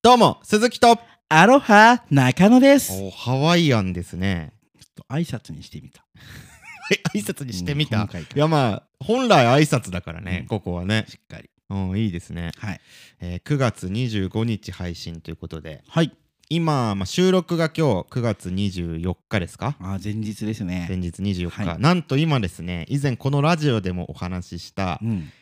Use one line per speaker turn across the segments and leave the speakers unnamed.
どうも、鈴木と。
アロハ中野です。
おハワイアンですね。
挨拶にしてみた。
挨拶にしてみた。
うん今
い
回から
や、まあ、本来挨拶だからね、
うん
ここはね。
しっかり。
うん、いいですね。
はい。
えー9月25日配信ということで、
はい。
今、まあ、収録が今日9月24日ですか
あー前日です
前
ね。
日24日、
はい
なんと今ですね以前このラジオでもお話しした
うん。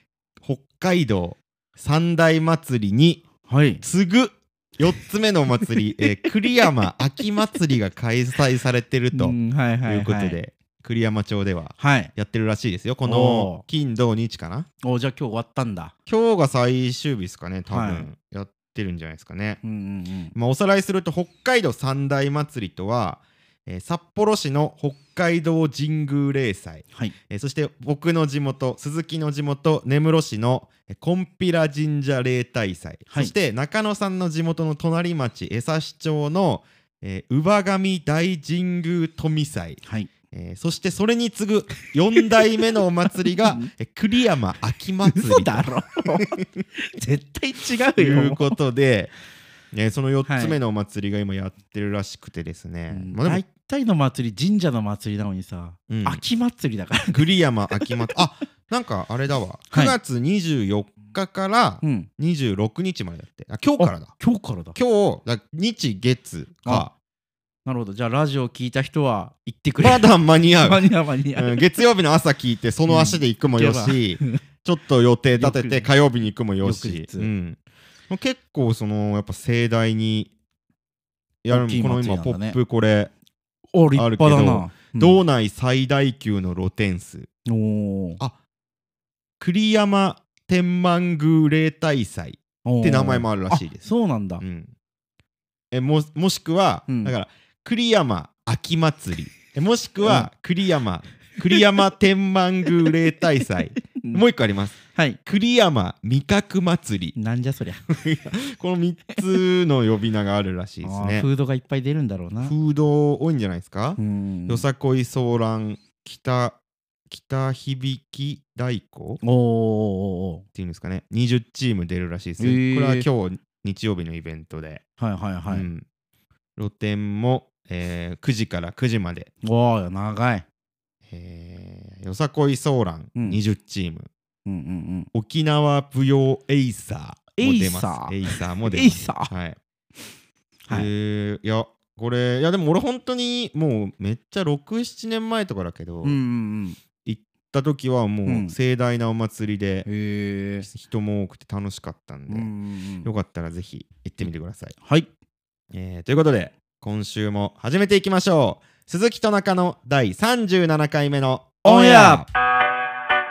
北海道三大祭りに
はい。
次ぐ4つ目のお祭り、えー栗山秋祭りが開催されてると
う
い
んはいは
うことで、
はい。
栗山町では
はい。
やってるらしいですよこ
お
の
ー
金土日かな
おじゃあ今日終わったんだ。
今日が最終日ですかね多分、
はい
やってるんじゃないですかね、
うんうん
まあ、おさらいすると北海道三大祭りとは、えー札幌市の北海道神宮霊祭
はい。
えーそして僕の地元鈴木の地元根室市のえー金比羅神社例大祭、
はい
そして中野さんの地元の隣町江差町の、えー、乳母神大神宮富祭、
はい。
えーそしてそれに次ぐ4代目のお祭 りがえー栗山秋祭
嘘
り
だろ。 絶対
と
違う
いう
よ。
ことで、ね、その4つ目のお祭りが今やってるらしくてですね、
うん
まあ、で
大
も
体の祭り、神社の祭りなのにさ、
うん
秋祭りだから。
栗山秋祭りあなんかあれだわ
は
9
い
月24日から、
ん。
26日までだってあ今日からだ
今日からだ。
今日だ日月か
なるほど。じゃあラジオ聞いた人は行ってく れ。
まだ間に合う
間に合う間に合う。
うん月曜日の朝聞いてその足で行くもよし、ちょっと予定立てて
翌日
火曜日に行くもよし
翌、日
うん、もう結構そのやっぱ盛大にやる
大きい
この
祭り
今
なんだね
ポップこれ、
お立派だな。
道内最大級の露天数
うんおー
栗山天満宮例大祭
おー
って名前もあるらしいです
あそうなんだ
う。ん、えももしくは、
うん
だから栗山秋祭りえもしくは栗山、栗山天満宮例大 祭もう一個あります
はい。
栗山味覚祭り
なんじゃそりゃ。
この3つの呼び名があるらしいです
あー
ね
フードがいっぱい出るんだろうな。
フード多いんじゃないですか、
うん
よさこいソーラン北北響き太鼓っ
おーおーお
ていうんですかね20チーム出るらしいです、
へー
これは今日日曜日のイベントで
ーおーはいはいうはい。
ん露店も、えー9時から9時まで、
おお長い。
えーよさこいソーラン
うん
20チーム、
うんうん
沖縄舞踊エイサーも出ます
エ
イサーも
うん。
出
エイ
ます
サー。
はい、
はい
えーいやこれいやでも俺本当にもうめっちゃ67年前とかだけど、
うん
行っ
うんうん。
た時は
う
もうん盛大なお祭りで
へえ。
人も多くて楽しかったん
うん
で、
うんう
よ
ん
かったらぜひ行ってみてください
はい。
えーということで今週も始めていきましょう鈴木と中野第37回目のオ
オ
ン
ン
エ
エ
ア
ア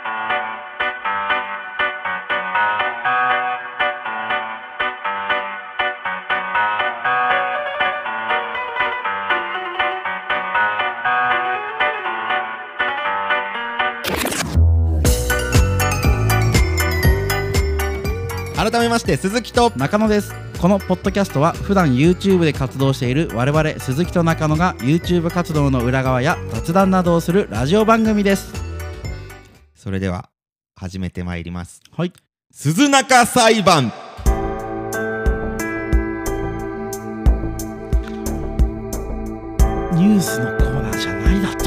改めまして鈴木と
中野です。このポッドキャストは普段 YouTube で活動している我々鈴木と中野が YouTube 活動の裏側や雑談などをするラジオ番組です。
それでは始めてまいります
はい。
鈴中裁判
ニュースのコーナーじゃないだと。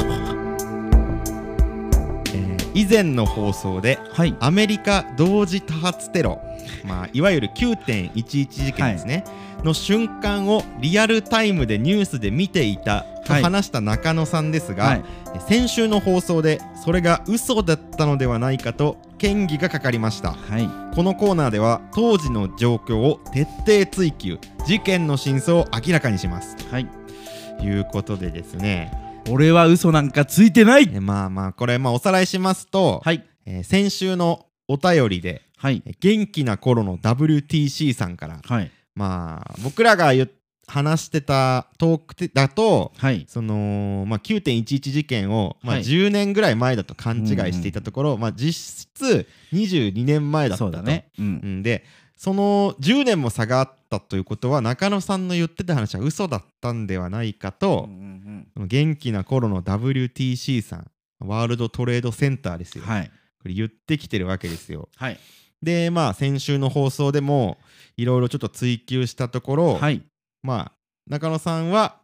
以前の放送で
はい。
アメリカ同時多発テロ、まあ、いわゆる9.11事件ですね、の瞬間をリアルタイムでニュースで見ていたと
はい
話した中野さんですが、
はい。
先週の放送でそれが嘘だったのではないかと嫌疑がかかりました
はい。
このコーナーでは当時の状況を徹底追及事件の真相を明らかにします
はい。
ということでですね
俺は嘘なんかついてない。
えまあまあこれまあおさらいしますと、
はい。
えー先週のお便りで
はい。
え元気な頃の WTC さんから
はい。
まあ僕らが言う話してたトークてだと
はい。
その、まあ、9.11事件を、まあ、
はい
10年ぐらい前だと勘違いしていたところ、まあ、実質22年前だった
そ
と
うだね。う。
うんんでその10年も差があったということは中野さんの言ってた話は嘘だったんではないか
うんう
と、
ん
その元気な頃の WTC さんワールドトレードセンターです
うん
よ、
はい。
これ言ってきてるわけですよ
はい。
でまあ先週の放送でもいろいろちょっと追求したところ、
はい
まあ中野さんは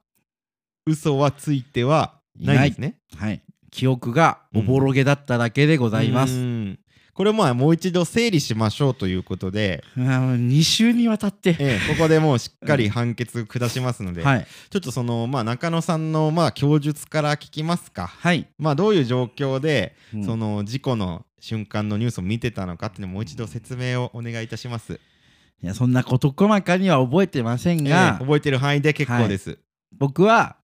嘘はついてはいない
なんい
ですね。
はい記憶がおぼろげだっただけでございます、
うんこれまあもう一度整理しましょうということで、
2週にわたって、
ええここでもうしっかり判決下しますので、
はい
ちょっとその、まあ、中野さんの、まあ、供述から聞きますか。
はい、
まあ、どういう状況で、
うん
その事故の瞬間のニュースを見てたのかっていうのをもう一度説明をお願いいたします。
いやそんな事細かには覚えてません
ええ
が、
覚えてる範囲で結構です。
僕は、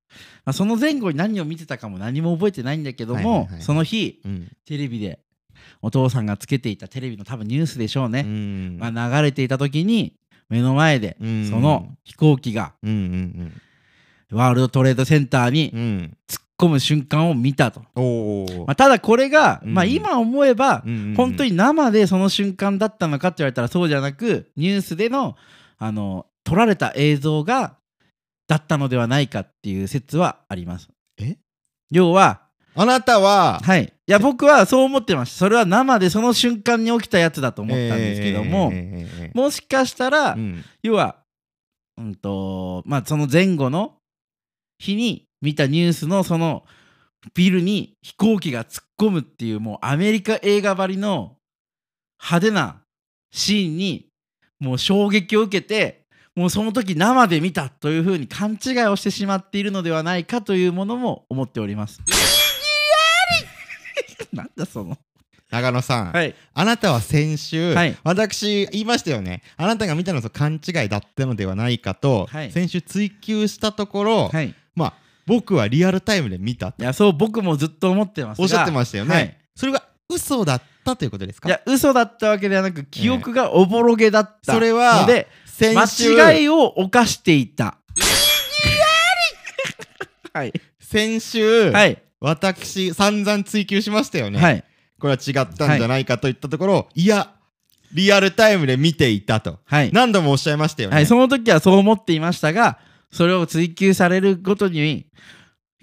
まあ、その前後に何を見てたかも何も覚えてないんだけども、
はいはいはい
その日
うん
テレビでお父さんがつけていたテレビの多分ニュースでしょう
う
ね、
ん
まあ、流れていた時に目の前で
うん
その飛行機が
うんうん
ワールドトレードセンターに
うんうん
突っ込む瞬間を見たと、
おー
まあ、ただこれが、
うん
まあ、今思えば
うんうんうん
本当に生でその瞬間だったのかって言われたらそうじゃなくニュースでのあの撮られた映像がだったのではないかっていう説はあります。
え
要は
あなたは、
はい、いや僕はそう思ってましたそれは生でその瞬間に起きたやつだと思ったんですけども、
ええええええ
もしかしたら、
うん
要は、うんとまあ、その前後の日に見たニュースのそのビルに飛行機が突っ込むっていうもうアメリカ映画ばりの派手なシーンにもう衝撃を受けてもうその時生で見たというふうに勘違いをしてしまっているのではないかというものも思っております。 なんだその
中野さん、
はい
あなたは先週、
はい
私言いましたよねあなたが見たのと勘違いだったのではないかと、
はい
先週追求したところ、
はいい
まあ僕はリアルタイムで見たと
やそう僕もずっと思ってますが
おっしゃってましたよね、
はい
それが嘘だったということですか
いや嘘だったわけではなく記憶がおぼろげだった
それは
ので
先週
間違いを犯してい たはい
先週、
はい
私散々追求しましたよね、
はい
これは違ったんじゃないかといったところ、い、やリアルタイムで見ていたと
はい、
何度もおっしゃいましたよね、
はい、その時はそう思っていましたがそれを追求されるごとに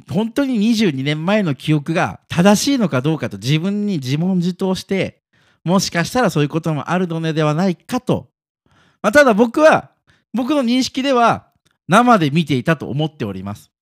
本当に22年前の記憶が正しいのかどうかと自分に自問自答してもしかしたらそういうこともあるのではないかと、まあ、ただ僕は僕の認識では生で見ていたと思っております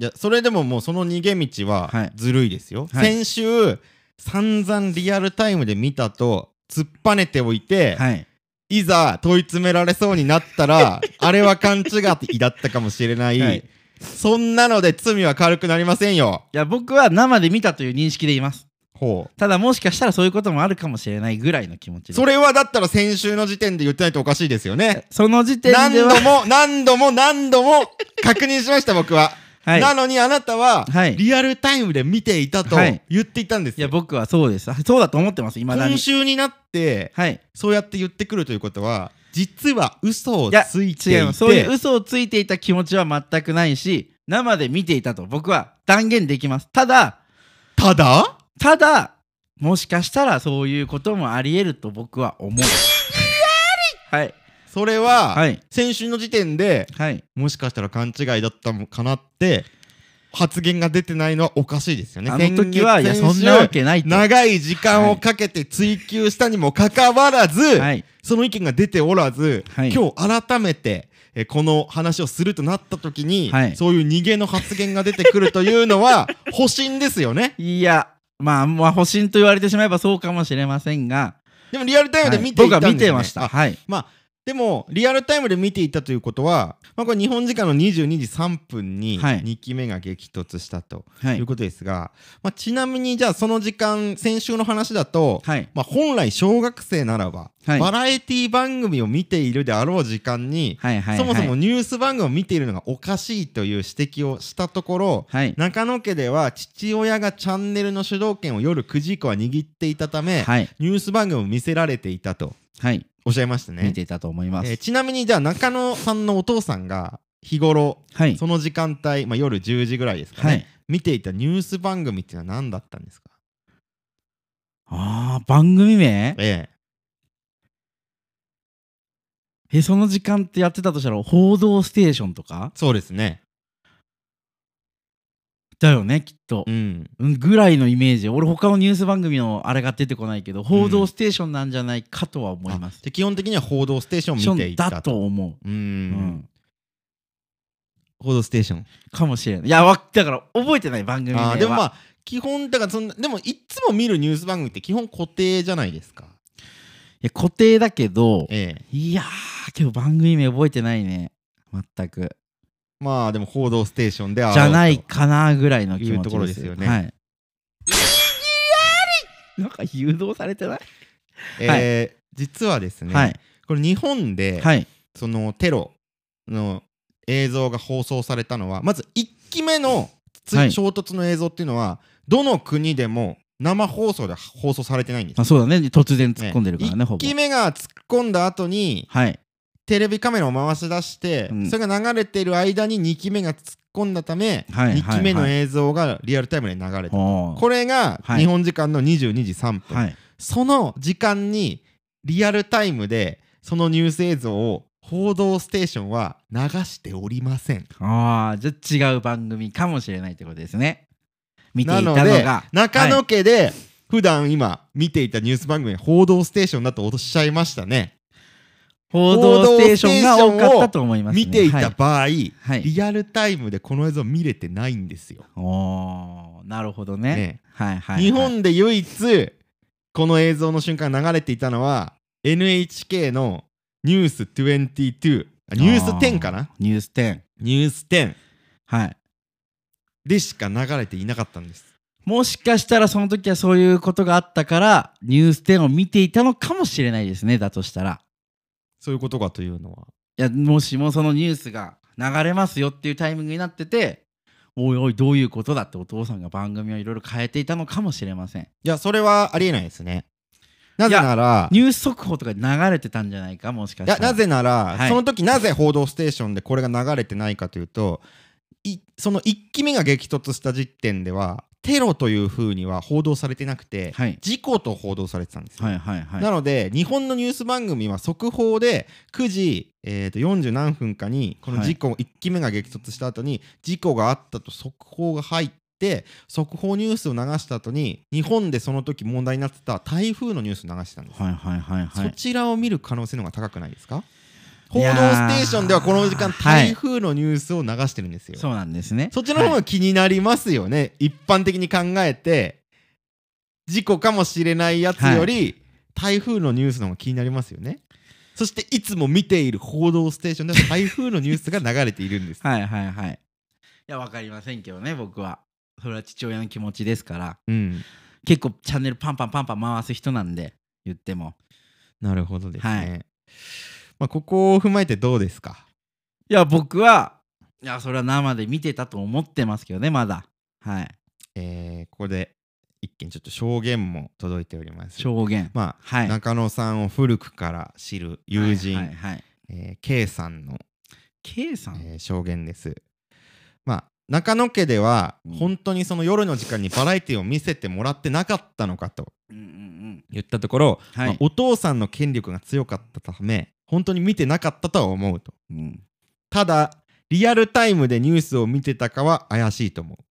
いやそれでももうその逃げ道
は
はいずるいですよ、
はい
先週散々リアルタイムで見たと突っぱねておいて、
はい、
い、ざ問い詰められそうになった らあれは勘違いだったかもしれない、
はい
そんなので罪は軽くなりませんよ
いや僕は生で見たという認識でいます
ほ
ただもしかしたらそういうこともあるかもしれないぐらいの気持ち
う
で
それはだったら先週の時点で言ってないとおかしいですよね
その時点
何
で
度
は、
も何度も何度も確認しました僕は、
はい、
なのにあなたは、
はい
リアルタイムで見ていたと
はい
言っていたんです
いや
よ、
僕はそうですそうだと思ってます今だに
今週になって
はい
そうやって言ってくるということは実は嘘を
いや
ついてい
違
て
いますそういう嘘をついていた気持ちは全くないし生で見ていたと僕は断言できますただ
ただ
ただもしかしたらそういうこともあり得ると僕は思うはい
それは、
はい
先週の時点で
はい
もしかしたら勘違いだったのかなって発言が出てないのはおかしいですよね
あの時はいや
先月
そんなわけないと
長い時間をかけて追求したにもかかわらず、
はい
その意見が出ておらず、
はい
今日改めて、えーこの話をするとなった時に、
はい
そういう逃げの発言が出てくるというのは 保身ですよね
いやまあまあ保身と言われてしまえばそうかもしれませんが
でもリアルタイムで見てい
僕
た
は
んですよ、ね
見てました。
あ
はい。
まあでもリアルタイムで見ていたということは、まあ、これ日本時間の22時3分に
はい
2期目が激突したと。
はいいう
ことですが、まあ、ちなみにじゃあその時間先週の話だと、
はい。
まあ、本来小学生ならば、
はい
バラエティ番組を見ているであろう時間に、
はい。はい。
そもそも
はい。
ニュース番組を見ているのがおかしいという指摘をしたところ
はい。
中野家では父親がチャンネルの主導権を夜9時以降は握っていたため、
はい。
ニュース番組を見せられていたと
はい。
おっしゃいましたね
見ていたと思いま
えー
す。
ちなみにじゃあ中野さんのお父さんが日頃
はい。
その時間帯、まあ、夜10時ぐらいですかね、
はい。
見ていたニュース番組っていうのは何だったんですか
ああ、番組名
ええ
え、その時間ってやってたとしたら、報道ステーションとか
そうですね
だよねきっと
う、ん
うん、ぐらいのイメージ俺他のニュース番組のあれが出てこないけど「報道ステーション」なんじゃないかとは思います
あ、で基本的には「報道ステーション」見ていた
だと思
う
う、
ん
うん、
報道ステーション
かもしれないいやわだから覚えてない番組名
あ
は
ーでもまあ基本だからそんなでもいつも見るニュース番組って基本固定じゃないですか
いや固定だけど
ええ
いやーけど番組名覚えてないね全く
まあでも「報道ステーション」であろう
じ
と
ゃないかなぐらいの気持ち
いうところですよね
はい、なんか誘導されてない、
えー実はですね、
はい
これ日本で、
はい
そのテロの映像が放送されたのはまず1期目のつ、
はい
衝突の映像っていうのはどの国でも生放送で放送されてないんです
あそうだね突然突っ込んでるからね
1
ほぼ
期目が突っ込んだ後に
はい
テレビカメラを回し出して、
うん
それが流れてる間に2期目が突っ込んだため、
はいは
2
い
期目の映像がリアルタイムで流れてる、
おー
これが
はい
日本時間の22時3分、
はい
その時間にリアルタイムでそのニュース映像を報道ステーションは流しておりません。
ああじゃあ違う番組かもしれないってことですね見てい
な
た
の
の
で
が
中
は
野
い
家で普段今見ていたニュース番組「報道ステーション」だとおっしゃいましたね。
報道ステーションが多かったと思います、ね、
見ていた
はい
場合、
はい
リアルタイムでこの映像見れてないんですよ。
おーなるほどね
ね
はいはい、はい、
日本で唯一この映像の瞬間流れていたのは NHK の「ニュース22」あニュース10かな
あーニュース10
ニュース10
はい
でしか流れていなかったんです。
もしかしたらその時はそういうことがあったからニュース10を見ていたのかもしれないですねだとしたら
そういうことかというのは。
いやもしもそのニュースが流れますよっていうタイミングになってておいおいどういうことだってお父さんが番組をいろいろ変えていたのかもしれません
いや、それはありえないですね。なぜなら、い
ニュース速報とかで流れてたんじゃないかもしかした
や、
ら
なぜなら、
はい
その時なぜ報道ステーションでこれが流れてないかというと、いその1期目が激突した時点では、テロというふうには報道されてなくて、
はい
事故と報道されてたんですよ。
はいはいはい
なので日本のニュース番組は速報で9時、えー、と40何分かにこの事故、1期目が激突した後に事故があったと速報が入って速報ニュースを流した後に日本でその時問題になってた台風のニュースを流してたんです、
はいはいはいは
そ
い
ちらを見る可能性の方が高くないですか報
い
道
や
ス
ー
テーションではこの時間
はい
台風のニュースを流してるんですよ、
そうなんですね
そっちの方
はい
が気になりますよね、一般的に考えて事故かもしれないやつより、台風のニュースの方が気になりますよねそしていつも見ている「報道ステーション」で は台風のニュースが流れているんです、
はいはいはいいやわかりませんけどね僕はそれは父親の気持ちですから
うん
結構チャンネルパンパンパンパン回す人なんで言っても
なるほどですね、
はい
まあ、ここを踏まえてどうですか
いや僕はいやそれは生で見てたと思ってますけどねまだはい
えーここで一件ちょっと証言も届いております
証言
まあ、
はい
中野さんを古くから知る友人、
はいはいはい
えー K さんの
K さん、
えー証言です。まあ中野家では
うん
本当にその夜の時間にバラエティを見せてもらってなかったのかと
うんうん
言ったところ、
うんはい、
まあお父さんの権力が強かったため本当に見てなかったとは思うと
うん
ただリアルタイムでニュースを見てたかは怪しいと思う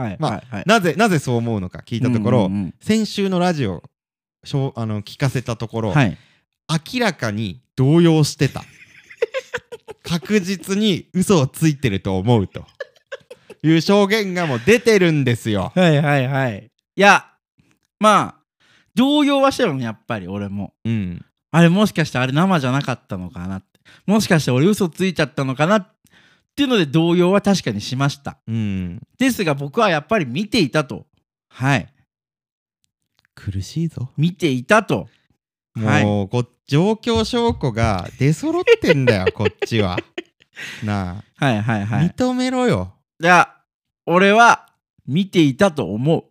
はい
まあ
はいはい
なぜなぜそう思うのか聞いたところ、
うんうん
先週のラジオしょうあの聞かせたとこ
う
ろ、
んはい
明らかに動揺して た確実に嘘をついてると思うという証言がもう出てるんですよ
はいはいはいいやまあ動揺はしてるのやっぱり俺も
うん
あれもしかしてあれ生じゃなかったのかなってもしかして俺嘘ついちゃったのかなっていうので動揺は確かにしました
うん
ですが僕はやっぱり見ていたとはい
苦しいぞ
見ていたと
もう、
はい
こ状況証拠が出揃ってんだ よこっちはな
はいはい
あ、
はい
認めろよ
いや俺は見ていたと思う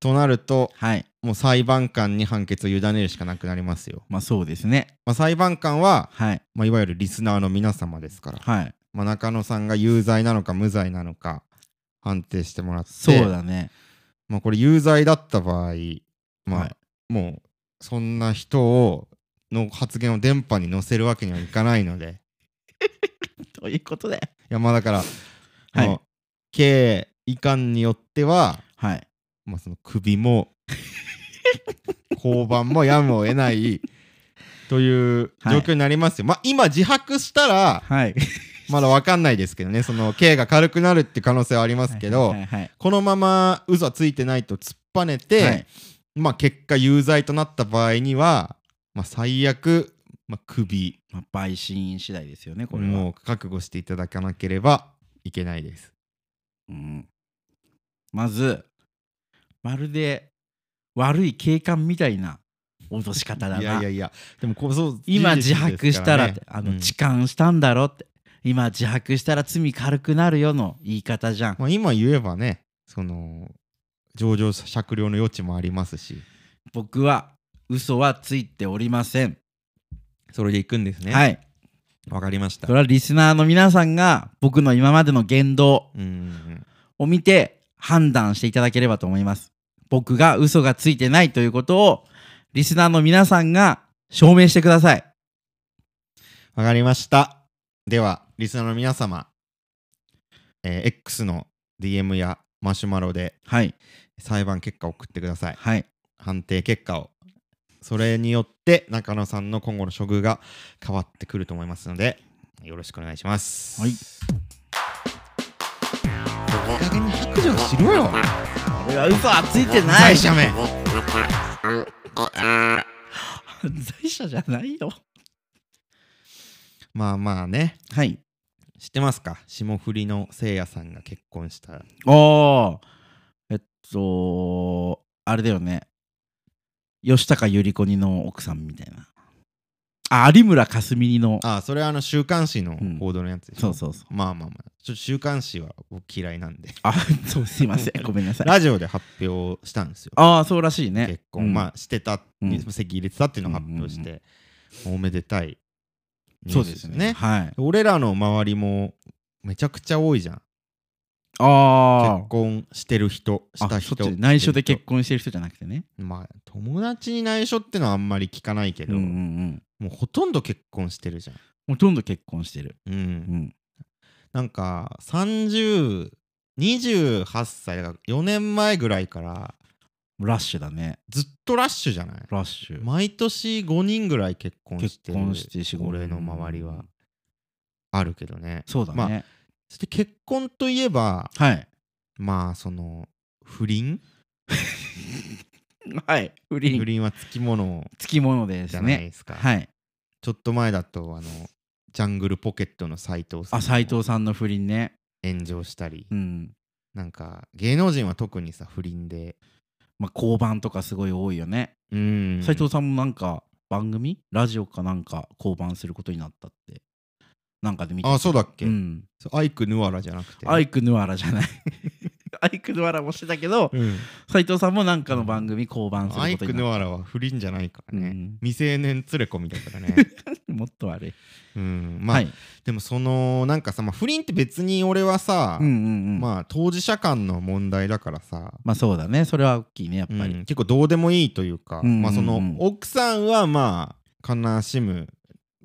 となると
はい
もう裁判官に判決を委ねるしかなくなりますよ、
まあそうですね
まあ、裁判官は、
はい
まあ、いわゆるリスナーの皆様ですから、
はい
まあ、中野さんが有罪なのか無罪なのか判定してもらって
そうだね
まあ、これ有罪だった場合、まあ
はい
もうそんな人をの発言を電波に載せるわけにはいかないので
ということで
いやまあだからその
はい
刑いかんによっては、
はい
まあ、その首 も交番もやむを得ないという状況になりますよ。まあ今自白したら
はい
まだ分かんないですけどねその刑が軽くなるって可能性はありますけど、
はいはいはい
このまま嘘はついてないと突っぱねて、
はい
まあ結果有罪となった場合には、まあ、最悪、まあ、首
まあ陪審次第ですよねこれは
もう覚悟していただかなければいけないです。
うんまずまるで悪い警官みたいな脅し方だない
やいやいやでもこうそう
今
事
自
実
白
です
し
か
たら
ね
ってあ
う
の
ん
痴漢したんだろって、今自白したら罪軽くなるよの言い方じゃん
まあ、今言えばねその上場酌量の余地もありますし
僕は嘘はついておりません、
それでいくんですね
はい
わかりました
それはリスナーの皆さんが僕の今までの言動
うんうん
を見て判断していただければと思います僕が嘘がついてないということをリスナーの皆さんが証明してください
わかりましたではリスナーの皆様、えー X の DM やマシュマロで
はい
裁判結果を送ってください
はい
判定結果をそれによって中野さんの今後の処遇が変わってくると思いますのでよろしくお願いします
はい
いい加減に白状しろよ
俺は嘘はついてな
最
い
初め
Uh,
犯罪者じゃないよ
まあまあね
はい
知ってますか霜降りのせいやさんが結婚した
ああえっとあれだよね吉高由里子にの奥さんみたいなあ有村架純にの
あそれはあの週刊誌の
うん
報道のやつでしょ、
そうそうそう
まあまあまあちょっと週刊誌は僕嫌いなんで
あそうすい ませんごめんなさい
ラジオで発表したんですよ
ああそうらしいね
結婚、まあしてた、
うん
席入れてたっていうのを発表して、おめでたい
あ
ニュ
そ
ー
う
ス
ですねはい
俺らの周りもめちゃくちゃ多いじゃん
あ
結婚してる人し
あ
た
あ
人
そ
し
っ
てる
ち
人
内緒で結婚してる人じゃなくてね
まあ友達に内緒ってのはあんまり聞かないけ
う
ど、
んうんうん
もうほとんど結婚してるじゃん
ほとんど結婚してる
うん、
うん
なんか3028歳だから4年前ぐらいから
ラッシュだね
ずっとラッシュじゃない
ラッシュ
毎年5人ぐらい結婚してる
結婚して4 5人
俺の周りはあるけどね
そうだね、
まそして結婚といえば
はい
まあその不倫
はい不倫
不倫はつきもの
つきものですね
じゃないですか
はい
ちょっと前だとあのジャングルポケットの斎藤さん
あ斎藤さんの不倫ね
炎上したり、
うん
なんか芸能人は特にさ不倫で
まあ交番とかすごい多いよね
うん
斎、藤さんもなんか番組ラジオかなんか交番することになったってなんかで見た
あそうだっけ、
うん
そうアイクヌアラじゃなくて
アイクヌアラじゃない アイクヌアラもしてたけど
うん
斎藤さんもなんかの番組交番す
ア
る
イ
こと
ク
にな
ヌ
っ
アラは不倫じゃないから
た
ね、
うん
未成年連れ込みだから ね
もっと悪い、
うんまあ、
はい
でもそのなんかさ、まあ、不倫って別に俺はさ、
うんうんうんまあ、
まあ当事者間の問題だからさ、
そうだねそれは大きいねやっぱ
うん
り、
結構どうでもいいというか、
うんうんうん
まあその奥さんはまあ悲しむ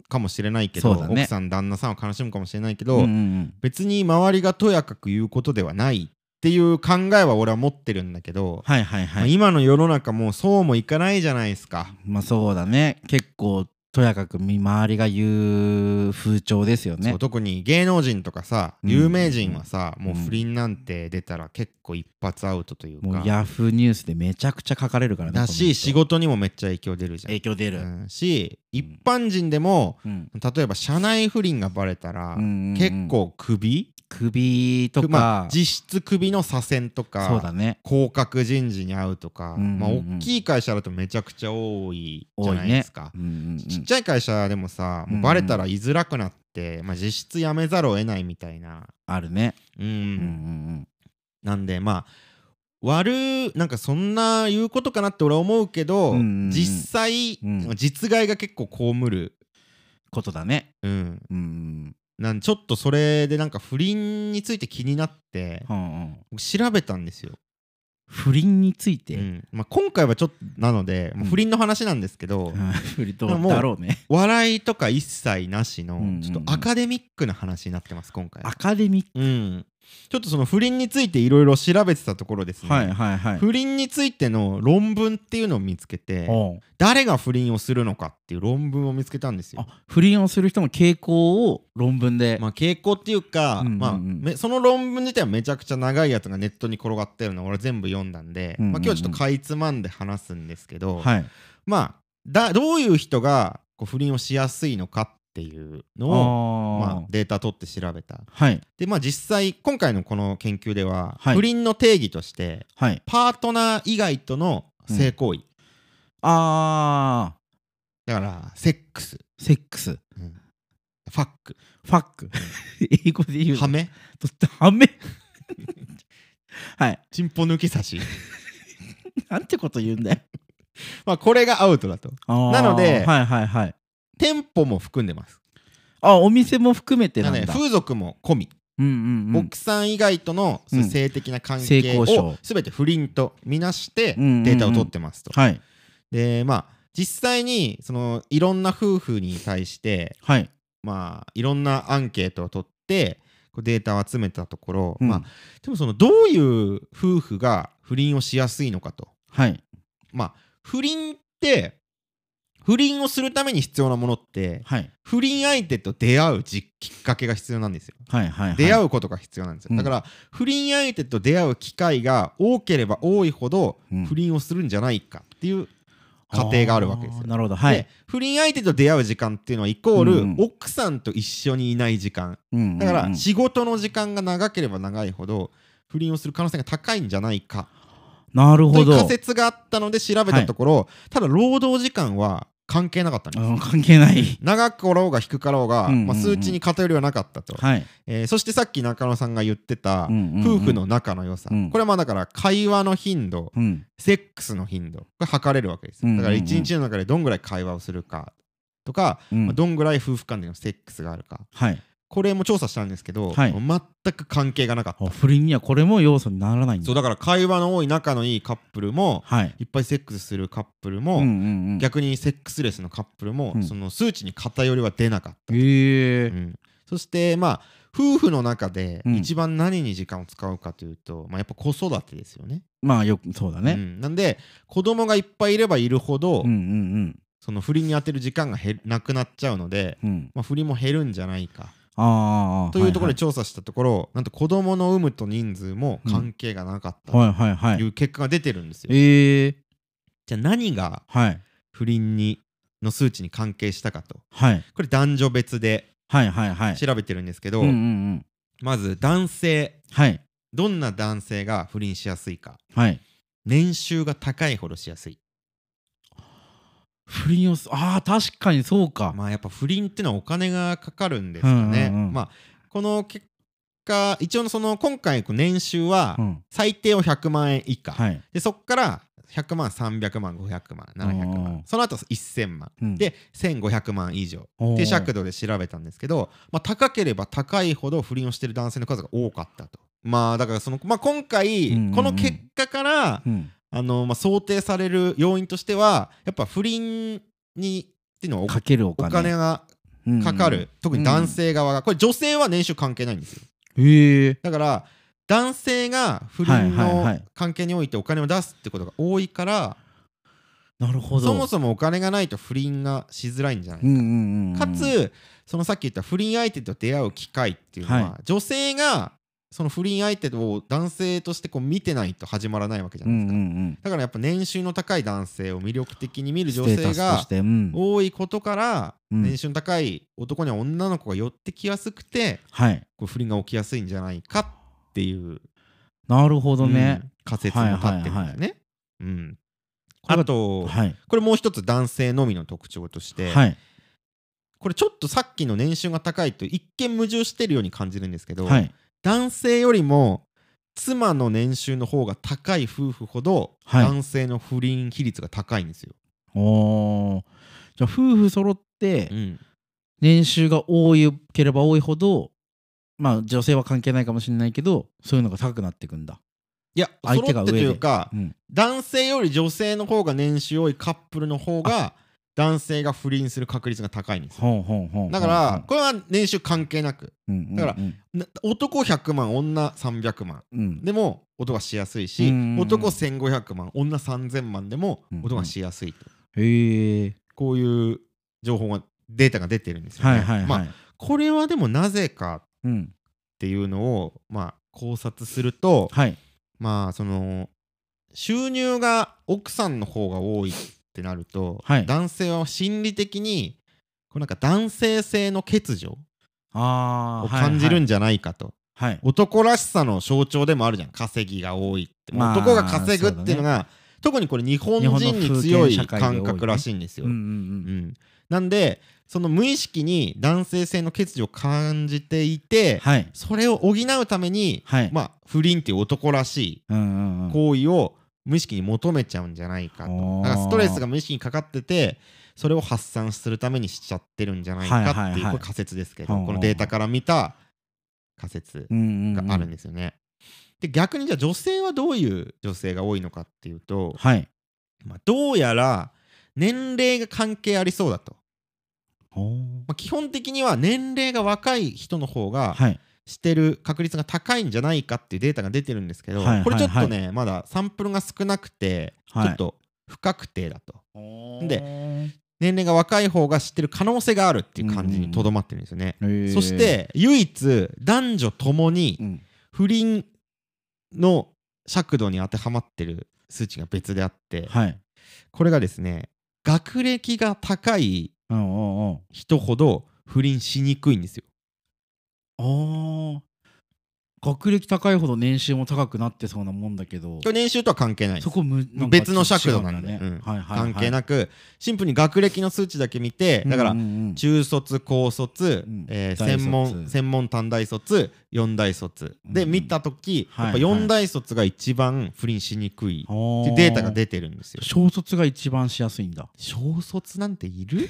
かもしれないけど、
そうだね
奥さん旦那さんは悲しむかもしれないけ
う
ど、
んうんうん
別に周りがとやかく言うことではないっていう考えは俺は持ってるんだけど、
はいは
ま
いは
あ
い
今の世の中もうそうもいかないじゃないですか。
まあそうだね結構とやかく見回りが言う風潮ですよ
そ
ね
う特に芸能人とかさ
うん
有名人はさ、
ん
もう不倫なんて出たら結構一発アウトというか。
もうヤフーニュースでめちゃくちゃ書かれるからね
だ
この
し
人
仕事にもめっちゃ影響出るじゃん
影響出る、
うんし一般人でも
うん
例えば社内不倫がバレたら、
うん
結構首
首とか、
まあ、実質首の左遷と
そうだ
か、
ね
降格人事に遭うとか、
うんうんうん
まあ、大きい会社だとめちゃくちゃ多いじ
多
ゃ
い
ないで
ね
すか、
うんうんうん
ちっちゃい会社でもさもうバレたら居づらくなって、まあ、実質辞めざるを得ないみたいな、
あるね、
うん
うんうん
なんでまあ悪いなんかそんな言うことかなって俺は思うけど、
うんうんうん
実際、
うん
実害が結構被る、
ことだね
うん、
うん
なんちょっとそれでなんか不倫について気になって
うんうんうん
僕調べたんですよ、
不倫についうて、
んまあ、今回はちょっとなので、まあ
うん
不倫の話なんですけど、
うん不倫と
でももう
だろう ね
笑いとか一切なし
うんうんう
の
ん
ちょっとアカデミックな話になってます今回
アカデミック
うんちょっとその不倫についていろいろ調べてたところですね、
はいはいはい。
不倫についての論文っていうのを見つけて
おう
誰が不倫をするのかっていう論文を見つけたんですよ。
あ不倫をする人の傾向を論文で。
まあ、傾向っていうか、
うんうんうん
まあ、めその論文自体はめちゃくちゃ長いやつがネットに転がったような俺全部読んだんで、
うんうんうん
まあ、今日はちょっとかいつまんで話すんですけど、
はい。
まあだどういう人がこう不倫をしやすいのかっていうのをまあ
あ、
データ取って調べた
あ。はい
でまあ実際今回のこの研究では、
はい
不倫の定義として
はい。
パートナー以外との性行為、
あ
だからセックス、
ーセックス。
うんファック
ファック。 英語で言う
ハ
と。
メ
はめ。はい。
チンポ抜き差し
なんてこと言うんだよ。
まあこれがアウトだと な
な
ので
はいはいはい。
店舗も含んでます
あ、お店も含めて
だ
な
からね
んだ。
風俗も込み、
うんうんうん。
奥さん以外とのそううん性的な関
性
係
交
を
渉
全て不倫とみなしてデ
うんうんうん
ータを取ってますと。
はい
でまあ実際にそのいろんな夫婦に対して
はい。
まあいろんなアンケートを取ってこうデータを集めたところ、
うん
まあでもそのどういう夫婦が不倫をしやすいのかと。
はい
まあ不倫って不倫をするために必要なものって
はい
不倫相手と出会うじきっかけが必要なんですよ。
はいはい。
出
う。
会うことが必要なんですよ、
うん
だから不倫相手と出会う機会が多ければ多いほど
うん
不倫をするんじゃないかっていう過程があるわけですよ
あーなるほど。はい
で。不倫相手と出会う時間っていうのはイコール、
うんうん
奥さんと一緒にいない時間だ
だ
から、仕事の時間が長ければ長いほど不倫をする可能性が高いんじゃないか
なる
とい
ほ
う
ど。
仮説があったので調べたところ、ただ労働時間は関係なかったんです、
うん関係ない。
長くおろうが低かろうが、
うんうんうん
まあ、数値に偏りはなかったと、
はい。
えーそしてさっき中野さんが言ってた、
夫
夫婦。の仲の良さ、
うん
これはまあだから会話の頻度
うん。
セックスの頻度これ測れるわけです
うん
よ
うんう
だか
ん
ら一日の中でどんぐらい会話をするかとか、
うん
まあどんぐらい夫婦間でのセックスがあるか
はい。
これも調査したんですけど、
はい
全く関係がなかった
あ不倫にはこれも要素にならないんだ。
そうだから会話の多い仲のいいカップルも
はい。
いっぱいセックスするカップル
う
も、
んうんうん。
逆にセックスレスのカップルも、
うん
その数値に偏りは出なかった、
へ
う
え。
ん そしてまあ夫婦の中で
うん
一番何に時間を使うかというと、まあ、やっぱ子育てですよね。
まあよくそうだ
う
ね。
ん、なんで子供がいっぱいいればいるほど、
うんうん
その不倫に当てる時間が減なくなっちゃうので、
うんうん。
まあ、不倫も減るんじゃないか
ああ。
というところで
で。
調査したところ、なんと子供の有無と人数も関係がなかった
はいはいは
とい
い。
う結果が出てるんですよ。
ええ。
じゃあ何が
はい
不倫にの数値に関係したかと
はい
これ男女別で
はいはいはい。
調べてるんですけど、
うんうんうん。
まず男性
はい
どんな男性が不倫しやすいか
はい。
年収が高いほどしやすい
不倫をすああ確かにそうか。
まあやっぱ不倫ってのはお金がかかるんですかね。
うんうんうん
まあこの結果一応のその今回の年収は
うん。
最低を100万円以下、
はい。
でそこから100万300万500万700万
おー
その後1000万
うん、
で1500万以上
おー
っていう尺度で調べたんですけど、まあ、高ければ高いほど不倫をしてる男性の数が多かったと。まあだからその、まあ、今回
うんうんうん
この結果から、
うん、
あのまあ、想定される要因としてはやっぱ不倫にっていうのはお
かけるお
お
金
金がかかる、特に男性側がこれ女性は年収関係ないんですよ
うんへえ
だから男性が不
はい
倫
はいは
の
い
関係においてお金を出すってことが多いから、
なるほど
そもそもお金がないと不倫がしづらいんじゃない、
うんうんうんうん、
かつそのさっき言った不倫相手と出会う機会っていうのは、
は
女性がその不倫相手を男性としてこう見てないと始まらないわけじゃ
う
ないで
ん
すか、
うんうん
だからやっぱ年収の高い男性を魅力的に見る女
ステー
性
タスと
が
してうん
多いことから
うん
年収の高い男には女の子が寄ってきやすくて
はい
こう不倫が起きやすいんじゃないかっていう、
なるほどね
う、ん仮説も立ってるんですね。うんあと、
はい
これもう一つ男性のみの特徴として、
はい
これちょっとさっきの年収が高いと一見矛盾してるように感じるんですけど、
はい
男性よりも妻の年収の方が高い夫婦ほど
はい
男性の不倫比率が高いんですよ。
おーじゃあ夫婦揃って
うん
年収が多いければ多いほどまあ女性は関係ないかもしれないけどそういうのが高くなっていくんだ、
いや
相
揃
手が
っ
上で
てというか
うん、
男性より女性の方が年収多いカップルの方が男性が不倫する確率が高いんですよ
ほんほんほん、
だからこれは年収関係なくだから
うん
な男100万女300万
うん
でも音がしやすいし
うん
男1500万女3000万でも
うん
音がしやすいと
へえ
こういう情報がデータが出てるんですよ
はい
ね
はいはい、
まあこれはでもなぜかっ
うん
ていうのをまあ考察すると
はい
まあその収入が奥さんの方が多いってなると、
はい
男性は心理的にこうなんか男性性の欠如
あ
を
あ
感じる
ん
んじゃないかと、
はい、はい
男らしさの象徴でもあるじゃん稼ぎが多いって、
まあ
男が稼ぐっていうのが特にこれ日本人
日本の
に
風
強
景
い
社会で多い
感
ね
覚らしいんですよ。
うんうん
う
うん
んなんでその無意識に男性性の欠如を感じていて、
はい
それを補うために、
はい
まあ、不倫っていう男らしい
うんうんうん
行為を無意識に求めちゃうんじゃないかと
おー
だからストレスが無意識にかかっててそれを発散するためにしちゃってるんじゃないか
はい
っ
は
てい
い
う
はい
これ仮説ですけど
ほうほう
このデータから見た仮説
うんうん
があるんですよね。で逆にじゃあ女性はどういう女性が多いのかっていうと、
はい
まあ、どうやら年齢が関係ありそうだと、
ほー
まあ、基本的には年齢が若い人の方が
はい
してる確率が高いんじゃないかっていうデータが出てるんですけど、
はいはい
これちょっとねまだサンプルが少なくて、
はい
ちょっと不確定だとで
で
年齢が若い方が知ってる可能性があるっていう感じにとどまってるんですよね、そし、
へ
て唯一男女とも
ーう
に
ん
不倫の尺度に当てはまってる数値が別であって、
はい
これがですね学歴が高い
うんうんうん
人ほど不倫しにくいんですよ
ああ学歴高いほど年収も高くなってそうなもんだけど
これ年収とは関係ないです
そこむなんか
別の尺度なん
違
で、う
う
んん
だよねはいはいはい
関係なくシンプルに学歴の数値だけ見てだから
うんうんうん
中卒高卒、
うん
えー
大卒
専門専門短大卒四大卒
う
で
ん
見た時、
はい
やっぱ四大卒が一番不倫しにくい
あ
っ
ー
ていうデータが出てるんですよ。
小卒が一番しやすいんだ
小卒なんている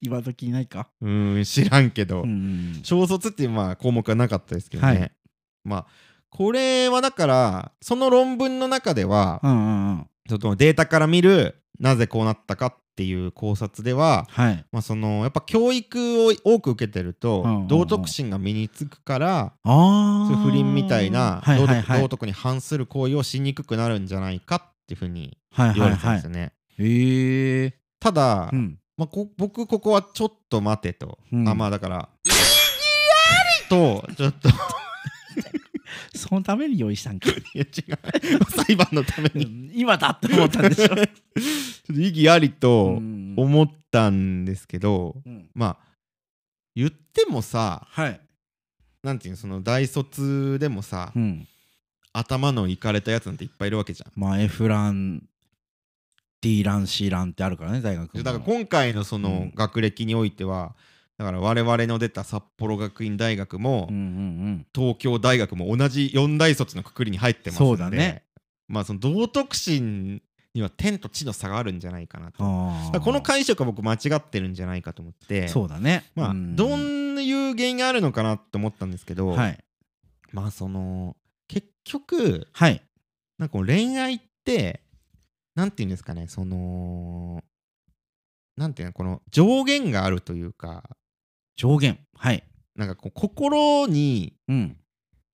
今時いないか
うーん知らんけど、
うんうん
小卒っていうまあ項目はなかったですけどね、
はい
まあこれはだからその論文の中では、
うんうんうん
ちょっとデータから見るなぜこうなったかっていう考察では、
はい
まあ、そのやっぱ教育を多く受けてる
うんうんう
と
ん
道徳心が身につくから
ああ
そういう不倫みたいな
はい
道
はい
徳
はい
道徳に反する行為をしにくくなるんじゃないかっていうふうに
はい
言
は
われ
い
てたん
は
ですよ
い
ね。
へえ
ただ、
うん
まあ、こ僕ここはちょっと待てと、
うん
あまあだから。と ちょっとい
そのために用意したんか
や違う 裁判のため
う
に
ん今だって思ったんでしょ
ちょっと意義ありと
うん
思ったんですけど、
うん
まあ言ってもさ
はい
なんていうのその大卒でもさ、
うん
頭のいかれたやつなんていっぱいいるわけじゃん。
まあ F ラン D ラン C ランってあるからね大学も
だから今回のそうの
ん
学歴においては、だから我々の出た札幌学院大学も、
うんうん
東京大学も同じ四大卒のくくりに入ってますんで
そうだね
まあその道徳心には天と地の差があるんじゃないかなと。だ
う
か
んあ
ら
あ
この解釈は僕間違ってるんじゃないかと思って
そうだね
まあ、
うん
どんないう原因があるのかなって思ったんですけど、
はい
まあその結局
はい
なんかこう恋愛ってなんていうんですかねそのなんていうのこの上限があるというか
上限はい
なんかこう心に
うん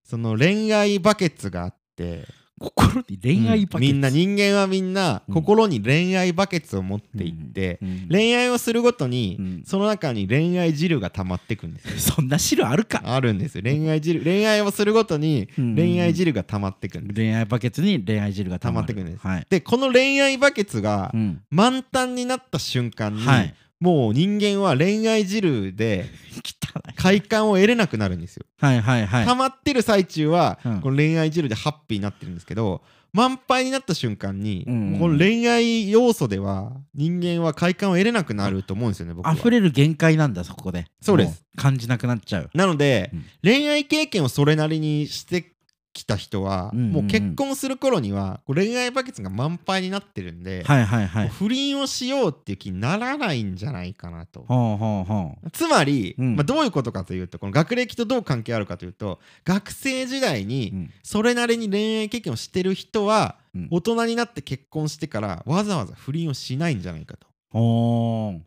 その恋愛バケツがあって
心に恋愛パケツ、
みんな人間はみんな
うん
心に恋愛バケツを持っていって、
うんうん
恋愛をするごとに、
うん
その中に恋愛汁が溜まってくん ですよ
そんな汁あるか
あるんですよ恋愛汁恋愛をするごとに恋愛汁が溜まってくんです
恋愛バケツに恋愛汁が溜まる
溜まってくんです
はい、
でこの恋愛バケツが
うん
満タンになった瞬間に、
はい
もう人間は恋愛汁で
汚い
快感を得れなくなるんですよ。
はいはいはい
溜まってる最中は、
うん
この恋愛汁でハッピーになってるんですけど満杯になった瞬間に、
うん
もうこの恋愛要素では人間は快感を得れなくなると思うんですよね僕は。
溢れる限界なんだそこで
そうです
も感じなくなっちゃう
なので、
うん
恋愛経験をそれなりにしてきた人は、
うんうんうん
もう結婚する頃にはこう恋愛バケツが満杯になってるんで、
はいはいは
もう
い
不倫をしようっていう気にならないんじゃないかなと。
ほうほうほう
つまり、
うん
まあ、どういうことかというとこの学歴とどう関係あるかというと学生時代
う
に
ん
それなりに恋愛経験をしてる人は、
うん
大人になって結婚してからわざわざ不倫をしないんじゃないかと。
おー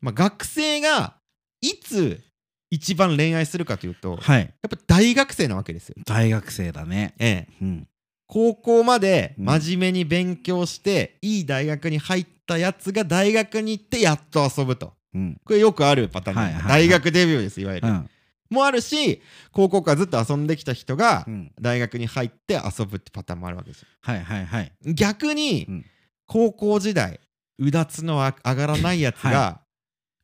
まあ、学生がいつ一番恋愛するかというとやっ
はい
ぱ大学生なわけですよ。
大学生だね
ええ、
うん
高校まで
うん
真面目に勉強して、いい大学に入ったやつが大学に行ってやっと遊ぶと。
うん
これよくあるパターン、
はいはいは
大
い
学デビューですいわゆ
う
る。
ん
もあるし高校からずっと遊んできた人が、
うん
大学に入って遊ぶってパターンもあるわけですよ
はいはいはい
逆に、
うん
高校時代うだつの上がらないやつが、
は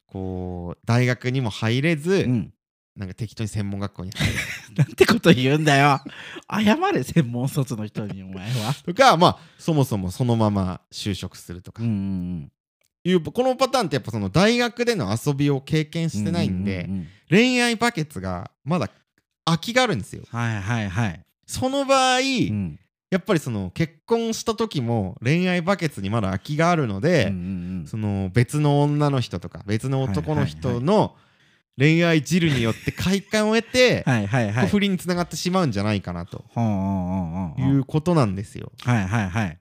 こう大学にも入れず、
うん
なんか適当に専門学校に入る
なんてこと言うんだよ謝れ専門卒の人にお前 は
とかまあそもそもそのまま就職するとか
うんうん
いう、このパターンってやっぱその大学での遊びを経験してないんで、
ううう
恋愛バケツがまだ空きがあるんですよ。
はいはいはい
その場合、
うん
やっぱりその結婚した時も恋愛バケツにまだ空きがあるので、
うんうん
その別の女の人とか別の男の人の恋愛汁によって快感を得て
うん はいはいはい
こう不倫につながってしまうんじゃないかなと
ほんほんほんほん
い
ほん
うことなんですよ。
はいはいはい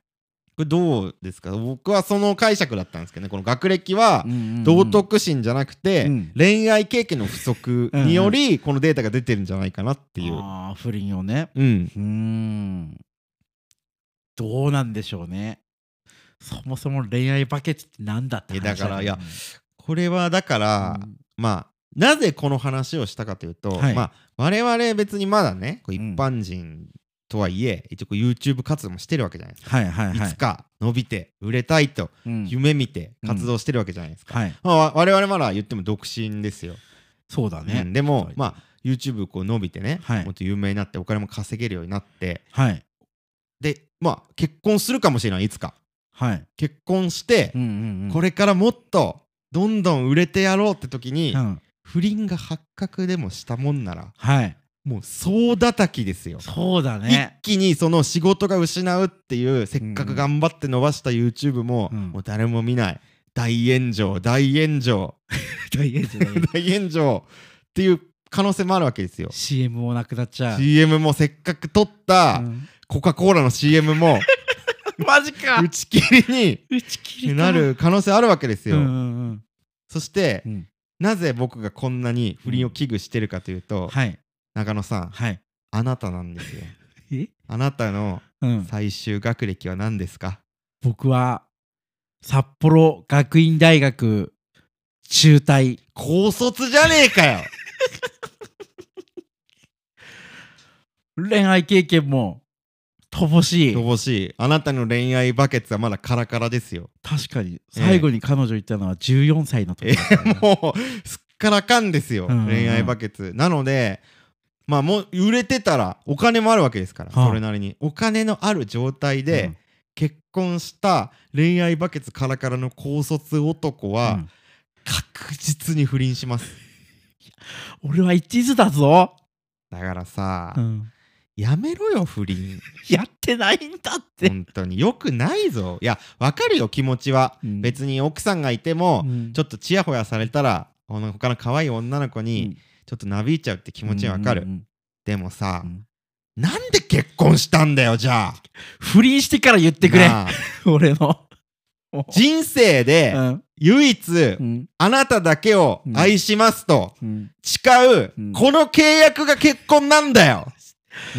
これどうですか僕はその解釈だったんですけどねこの学歴は
うんうんうん
道徳心じゃなくて
うん
恋愛経験の不足によりこのデータが出てるんじゃないかなっていう。
あー不倫をね
うん、
うーんどうなんでしょうねそもそも恋愛バケツってなんだって
いやだから
話よね
これはだから、まあなぜこの話をしたかというと、
はい
まあ、我々別にまだねこう一
うん
般人とはいえ、一応こう YouTube 活動もしてるわけじゃないですか、
はいはい
い
はい
つか伸びて売れたいと
うん
夢見て活動してるわけじゃないですか、
はい
まあわ我々まだ言っても独身ですよ、
そうだね、
うんでも
はい
まあ YouTube こう伸びてね、
はい
もっと有名になってお金も稼げるようになって
はい
でまあ結婚するかもしれないいつか
はい
結婚して、
んうん
こ
れ、
れからもっとどんどん売れてやろうって時に、
うん、
不倫が発覚でもしたもんなら
はい
もう総叩きですよ、
そうだね
一気にその仕事が失うっていうせっかく頑張って伸ばした YouTube も、
うん
もう誰も見ない大炎上大炎上
大変
大炎上っていう可能性もあるわけですよ
CM もなくなっちゃう、
CM もせっかく撮った
うん
コカ・コーラの CM も
マジか
打ち切り
打ち切
に
り
なる可能性あるわけです
よ、うん
よ
うん
そして
うん
なぜ僕がこんなに不倫を危惧してるかという
うん、
と
はい
中野さん
はい
あなたなんですよ
え、
あなたの
うん、
最終学歴は何ですか
僕は札幌学院大学中退
高卒じゃねえかよ
恋愛経験も乏しい
乏しいあなたの恋愛バケツはまだカラカラですよ
確かに最後に彼女行ったのは14歳の時だったね
もうすっからかんですよ、
うんうんうん
恋愛バケツなのでまあもう売れてたらお金もあるわけですから、
はあ
それなりにお金のある状態で、結婚した恋愛バケツカラカラの高卒男
うん
は、
うん
確実に不倫します
俺は一途だぞ、
だからさ、
うん
やめろよ不倫
やってないんだって、
本当によくないぞいやわかるよ気持ちは別に奥さんがいても、ちょ
っ
っとチヤホヤされたらこの他の可愛い女の子
と
にちょっとなびいちゃうって気持ちはわかる、でもさ、
うん
なんで結婚したんだよじゃあ
不倫してから言ってくれ
なあ
俺の、
人生で
うん
唯一
うん
あなただけを愛しますと
うん
誓う、
うん
この契約が結婚なんだよ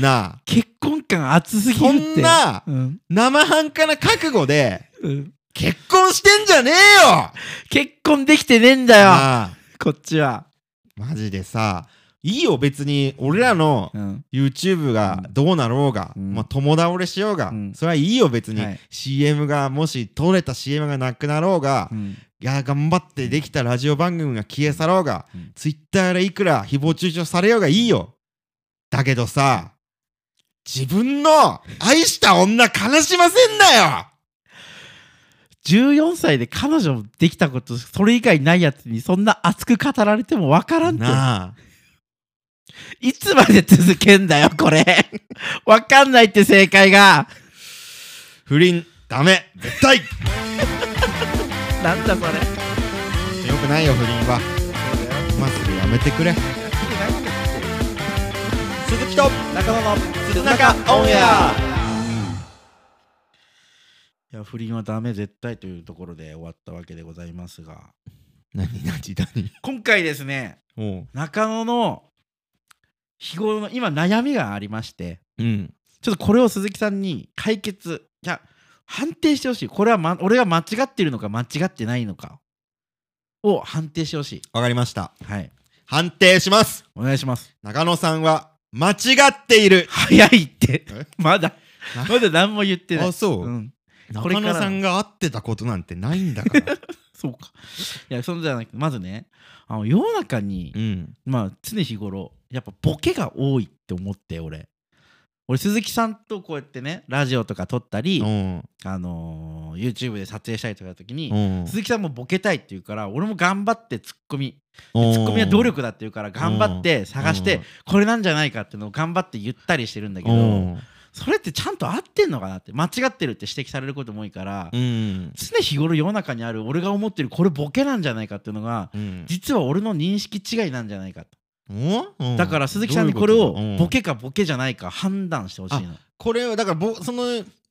なあ
結婚感熱すぎるって
そんな
うん
生半可な覚悟で
うん
結婚してんじゃねえよ
結婚できてねえんだよ
なあ
こっちは、
マジでさいいよ別に俺らの
うん
YouTube がどうなろうが、
うん
まあ、友倒れしようが、
うん
それはいいよ別に、
はい
CM がもし取れた CM がなくなろうが、いや頑張ってできたラジオ番組が消え去ろうが、
うん
Twitter でいくら誹謗中傷されようがいいよだけどさ自分の愛した女悲しませんなよ
14歳で彼女できたことそれ以外ないやつにそんな熱く語られてもわからんって
なあ
いつまで続けんだよこれ わかんないって正解が
不倫ダメ絶対よ
なんだそれ
くないよ不倫は今すぐやめてくれ鈴木と
中野の
鈴中オンエア
いやや不倫はダメ絶対というところで終わったわけでございますが
何何何
今回ですね
おう
中野の日頃の今悩みがありまして
うん
ちょっとこれを鈴木さんに解決いや判定してほしいこれは、ま、俺が間違ってるのか間違ってないのかを判定してほし
わかりました
いはい
判定します
お願いします
中野さんは間違っている
早いって
え
まだ
な
まだ何も言ってない
あそう、
うん、これ
中
から
野さんが会ってたことなんてないんだから
そうかいやそんじゃなくてまずねあの世の中に
うん
まあ常日頃やっぱボケが多いって思って俺俺鈴木さんとこうやってねラジオとか撮ったり、
うん
あのー YouTube で撮影したりとかの時に、
うん
鈴木さんもボケたいって言うから俺も頑張ってツッコミでツッコミは努力だって言うから頑張って探して
うん
これなんじゃないかっていうのを頑張って言ったりしてるんだけ
う
ど
ん
それってちゃんと合ってんのかなって間違ってるって指摘されることも多いから
うん
常日頃世の中にある俺が思ってるこれボケなんじゃないかっていうのが
うん
実は俺の認識違いなんじゃないかと
うん
だから鈴木さんにこれ
ど
を
ういうと
ボケかボケじゃないか判断してほしいの。
これはだからぼその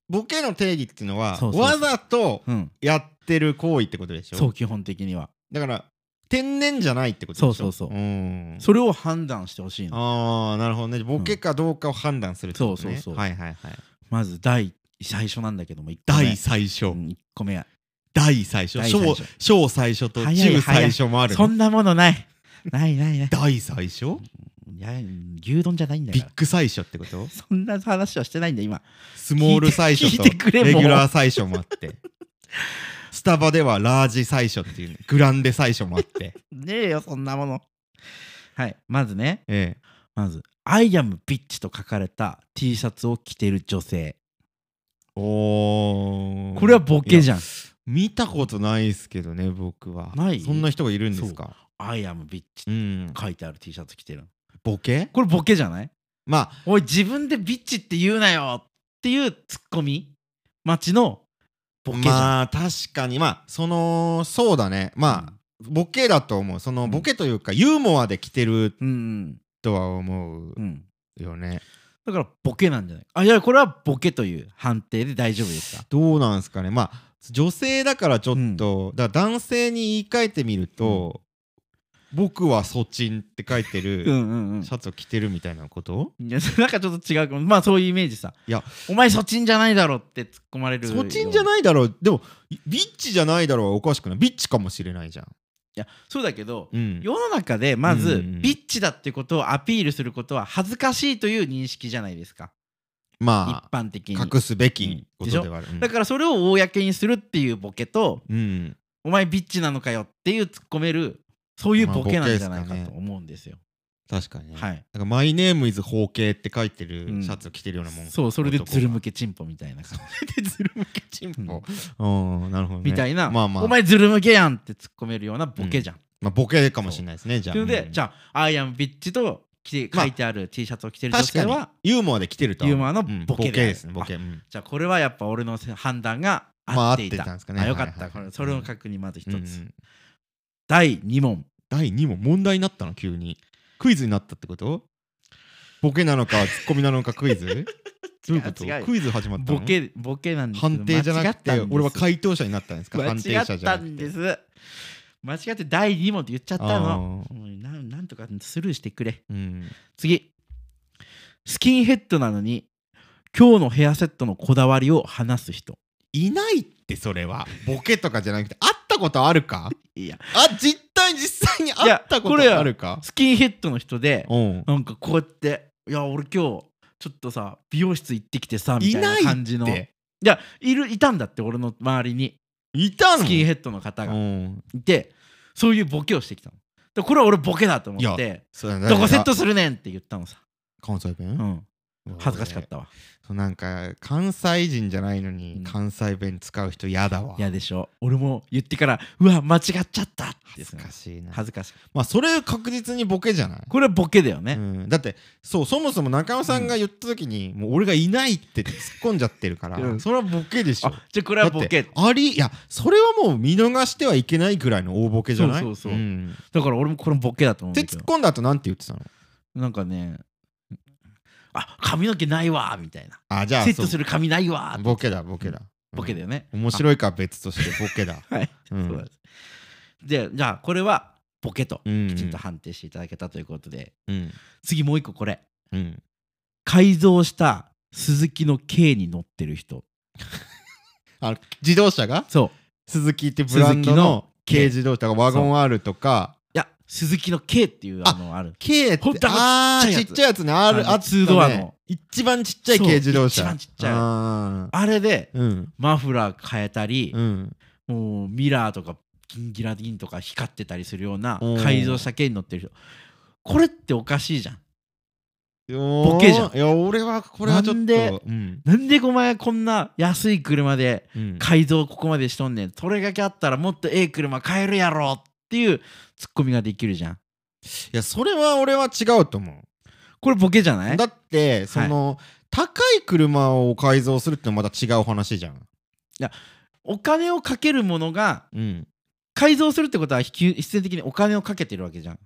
ボケの定義っていうのは
そうそう
わざと
うん、
やってる行為ってことでしょ
そう基本的には
だから天然じゃないってことでしょ
そうそうそ
う
う
ん
それを判断してほしいの
ああなるほどねボケかどうかを判断するってこと、ね
そうそうそう
はいはいはい
まず第最初なんだけども1個目
第最初、
うん一個目は
第最初
第最
小
初
小最初と
早い
中最初もある
そ
の
んなものない ないないない
大最初
いや牛丼じゃないんだか
ビッ
ら
グ最初ってこと
そんな話はしてないんだ今
スモール最初と
聞いてくれ
レ
もう
ギュラー最初もあってスタバではラージ最初っていうねグランデ最初もあって
ねえよそんなものはいまずね
ええ
まず「I am bitch」と書かれた T シャツを着てる女性
おー
これはボケじゃん
見たことないですけどね僕は
ない
そんな人がいるんですか
「I am bitch」って
うん
書いてある T シャツ着てるの
ボケ
これボケじゃない
まあ
おい自分でビッチって言うなよっていうツッコミ待ちのボケじゃん、
まあ確かにまあそのそうだねまあ、ボケだと思うそのボケというか、ユーモアで来てる
うんうん
とは思う
うん
よね
だからボケなんじゃないあいやこれはボケという判定で大丈夫ですか
どうなんですかねまあ女性だからちょっと、だから男性に言い換えてみると、僕はソチンって書いて
う
る
ん うんうん
シャツを着てるみたいなこと、
いやなんかちょっと違うかもまあそういうイメージさ
いや
お前そっちんじゃないだろって突っ込まれる
ソチンじゃ
い
ないだろうでもビッチじゃないだろうはおかしくないビッチかもしれないじゃん
いやそうだけど、
うん
世の中でまず、
うんうんうん
ビッチだってことをアピールすることは恥ずかしいという認識じゃないですか
ま
一般的に
あ隠すべきことではある、うん
だからそれを公にするっていうボケと
うん
お前ビッチなのかよっていう突っ込めるそういうボケなんじゃないかと思うんですよ。
確かにね、
はい。
なんかマイネームイズ包茎って書いてる
うん
シャツを着てるようなもん、
そうそれでズル向
け
けチンポみたいな感
でズル向けチン
じ、うん
ポ、うん、なるほど、ね、
みたいな、
まあまあ
お前ズル向けやんって突っ込めるようなボケじゃん。
まあボケかもしれないですねじゃあ
というので、
うん
じゃあ「アイアンビッチ」と着て
まあ
書いてある T シャツを着てる女
確か
性
に
は、
ユーモアで来てるとは
ユーモアの
うん
ボケである
ですねボケ、うん
じゃあこれはやっぱ俺の判断が
まあ
合ってい
合
た。
ってたんですかね
あよか
は
っ
いはいは
た。
い
これそれの確認まず一つ。
うん
第2問。
第2問問題になったの急にクイズになったってことボケなのかツッコミなのかクイ ズどういうこと
違う違う
クイズ始まったの
ボケボケなんですけど
判定じゃなくて
間違ったんです
俺は回答者になったんですか
間
判定
違
者
っ
じゃ
た
なく
ん
て
です間違って第2問って言っちゃったの
あ
うんなんなんとかスルーしてくれ
うん
次スキンヘッドなのに今日のヘアセットのこだわりを話す人
いないってそれはボケとかじゃなくて会ったことあるか
いや
あ実際実際に会ったこ
いやこれ
と
は
あるか
スキンヘッドの人で
うん
なんかこうやって「いや俺今日ちょっとさ美容室行ってきてさ」みたい
いない
な感じのい
で
やいるいたんだって俺の周りに
いたの
スキンヘッドの方
う
が
ん
いてそういうボケをしてきたのでこれは俺ボケだと思っ
い
て
そうだ
「
ね
どこセットするねん!」って言ったのさ、
関西弁
うん、恥ずかしかったわ
そうなんか関西人じゃないのに
うん
関西弁使う人嫌だわ、
嫌でしょ俺も言ってからうわ間違っちゃったって
恥ず
ね
かしいな
恥ずかしい
まあそれ確実にボケじゃない、
これはボケだよ
う
ね、
ん、だってそうそもそも中野さんが言った時に、もう俺がいないって突っ込んじゃってるから、
うん
それはボケでしょ
あじゃあこれ
だ
は
っ
ボ
て
ケ
ありいやそれはもう見逃してはいけないぐらいの大ボケじゃない
そうそうそうんだから俺もこれもボケだと思うん
で
だ
突
け
っ
ど
込んだ後なんて言ってたの
なんかねあ髪の毛ないわみたいな
あじゃあ
セット
そ
す
う
る髪ないわ
ボケだボケだ、
ボケだよね、
面白いかは別としてボケだ
はい、
うん
そうなんですでじゃあこれはボケと
うん
きちんと判定していただけたということで、
うん
次もう一個これ
うん
改造した鈴木の軽に乗ってる人
あ自動車が
そう
鈴木ってブランドの
鈴木の
軽自動車がワゴン R とか
いや鈴木の軽っていうあのある
K って
ほんと
あ
あの
ー
ち
ちっ
っち
ちゃいやつね R
あの
あったね
ツードアの
一番ちっちゃい軽自動車
そう一番ちっちゃい
あー
あれで
うん
マフラー変えたり、
うん
もうミラーとか銀ギラギンとか光ってたりするような
うん
改造した軽に乗ってる人これっておかしいじゃん
ボ
ケじゃん
いや俺はこれはちょっと
なんで
うん
なんでお前こんな安い車で
うん
改造ここまでしとんねんそれがけあったらもっとええ車買えるやろっていうツッコミができるじゃん
いやそれは俺は違うと思う
これボケじゃない
だってその、高い車を改造するってのはまた違う話じゃん。
お金をかけるものが
うん。
改造するってことは必必然的にお金をかけてるわけじゃん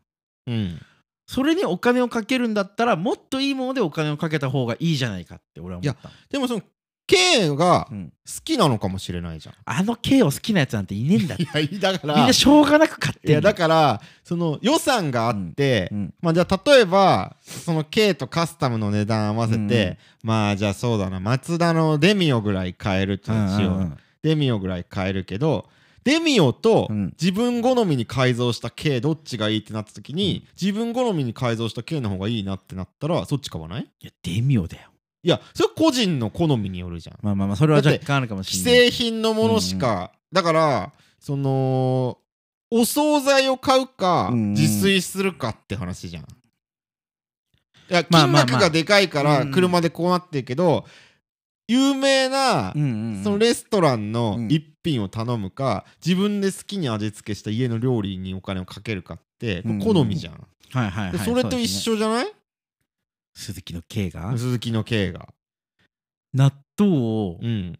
うん。
それにお金をかけるんだったらもっといいものでお金をかけた方がいいじゃないかって俺は思った、
でもその K が
う
好
ん、
きなのかもしれないじゃん。
あの K を好きなやつなんていねえんだって
いやだか
みん
ら
ないしょうがなく買ってん
やだ
か
からその予算があって、
うん
まあじゃあ例えばその K とカスタムの値段合わせて、まあじゃあそうだなマツダのデミオぐらい買えるってしよう、デミオぐらい買えるけどデミオと
うん
自分好みに改造した K どっちがいいってなった時に、自分好みに改造した K の方がいいなってなったらそっち買わない
いやデミオだよ
いやそれ個人の好みによるじゃん
まあまあまあそれは
だって
若干あるかも
既
しれな
製
い
品のものしか、だからそのお惣菜を買うか、
うんうん
自炊するかって話じゃんいや
ま
金
あまあまあ
額がでかいか
う
ら
ん
車でこうなってるけど、有名な
うんうんうん
そのレストランの
うん
一品を頼むか、自分で好きに味付けした家の料理にお金をかけるかってこれ
うん
好みじゃん、
はいはいはい
でそれと一
そうで
緒じ
すね
ゃない、
鈴木の K が
鈴木の K が
納豆を
うん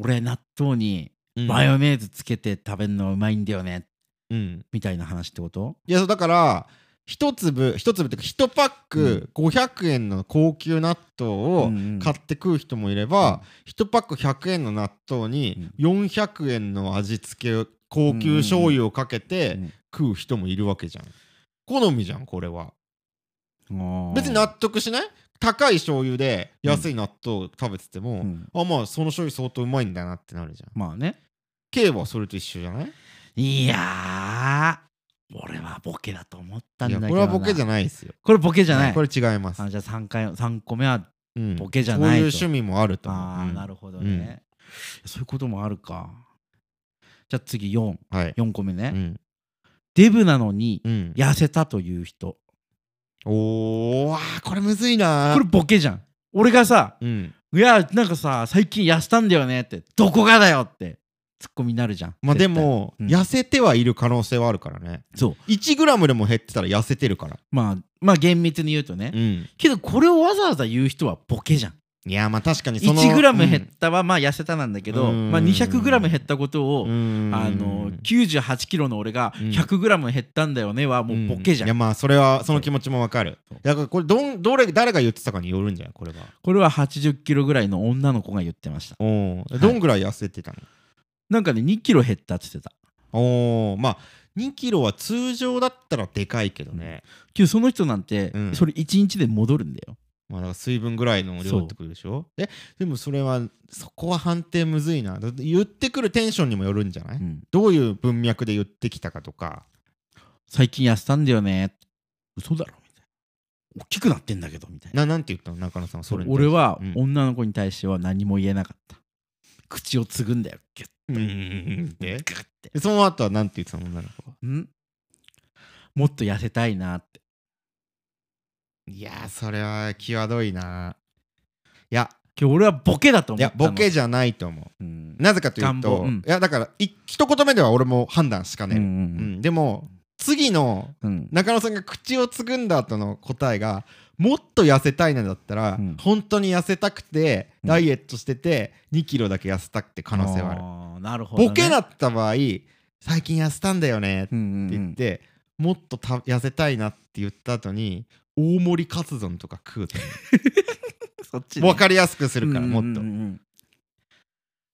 俺納豆に
うん
マヨネーズつけて食べるのうまいんだよね
うん
みたいな話ってこと
いやそうだから一粒一粒っていうか一パック500円の高級納豆を買って食う人もいれば、一パック100円の納豆に400円の味付けを高級醤油をかけて食う人もいるわけじゃん好みじゃんこれは別に納豆しない高い醤油で安い納豆を食べてても、
うん
あまあその醤油相当うまいんだなってなるじゃん
まあね
K はそれと一緒じゃない
いやー俺はボケだと思ったん
いや
だけ
こ
ど
れはボケじゃ
ない
ないですよ
これボケじゃない
これ違います
あじゃあ3回三個目は
うん
ボケじゃないと
そういう趣味もあると思う
ああ、
うん
なるほどね、そういうこともあるかじゃあ次44
はい
個目ね、
うん
デブなのに
うん
痩せたという人
おーあーこれむずいな
これボケじゃん俺がさ
うん
「いやなんかさ最近痩せたんだよね」って「どこがだよ」ってツッコミになるじゃん
まあで
絶対
も
うん
痩せてはいる可能性はあるからね
そう
1グラムでも減ってたら痩せてるから
まあまあ厳密に言うとね、
うん
けどこれをわざわざ言う人はボケじゃん
いやまあ確かにその
1グラム減ったはまあ痩せたなんだけど、
うん
まあ、200グラム減ったことを、
うん
あの98キロの俺が
うん
100グラム減ったんだよねはもうボケじゃ
い
ん
やまあそれはその気持ちもわかる
そう
だからこれどんどれ誰が言ってたかによるんじゃないこれは
これは80キロぐらいの女の子が言ってました
おおどんぐらい痩せてたの、
なんかね2キロ減ったって言ってた
おおまあ2キロは通常だったらでかいけどね、
けどその人なんて
うん
それ1日で戻るんだよ、
まあだから水分ぐらいの量ってことでしょえでもそれはそこは判定むずいなだって言ってくるテンションにもよるんじゃない、
うん
どういう文脈で言ってきたかとか
最近痩せたんだよね嘘だろみたいな大きくなってんだけどみたいな
ななんて言ったの中野さんはそれに対して
俺は
うん
女の子に対しては何も言えなかった口をつぐんだよギュッ
うんうんうんうんで
ガッて
でその後はなんて言ってたの女の子は
んもっと痩せたいなって
いやーそれは際どいないや
けど俺はボケだと思
い
った
や
の
ボケじゃないと思う
うん
なぜかという
願
と、
望うん
いやだからい一言目では俺も判断しか
う
ね
んう
る、うん
ん
でも次の
うんうん
中野さんが口をつぐんだ後の答えがもっと痩せたいなんだったら、
うん
本当に痩せたくて
うん
ダイエットしてて2キロだけ痩せたって可能性はある、
あーなるほど、ね、
ボケだった場合最近痩せたんだよねって
うんうんうん
言って、もっとた痩せたいなって言った後に大盛りカツ丼とか食うと
そっち
分かりやすくするからもっと、
うんうんうん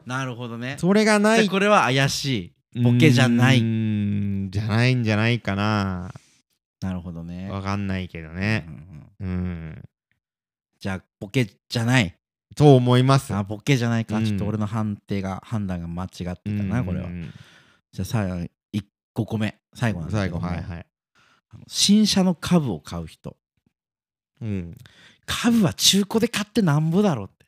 なるほどね
それがな
じゃあ
い
これは怪しいボケじゃないう
ーんじゃないんじゃないかな
なるほどね
わかんないけど
う
ね
んうん
うん
じゃあボケじゃない
と思います
あボケじゃないか、
うん
ちょっと俺の判定が判断が間違ってたなこれは
うん
じゃあさあ1個目最後なんです
最
けど
後
も
はいはい
あの新車の株を買う人
うん
株は中古で買ってなんぼだろうって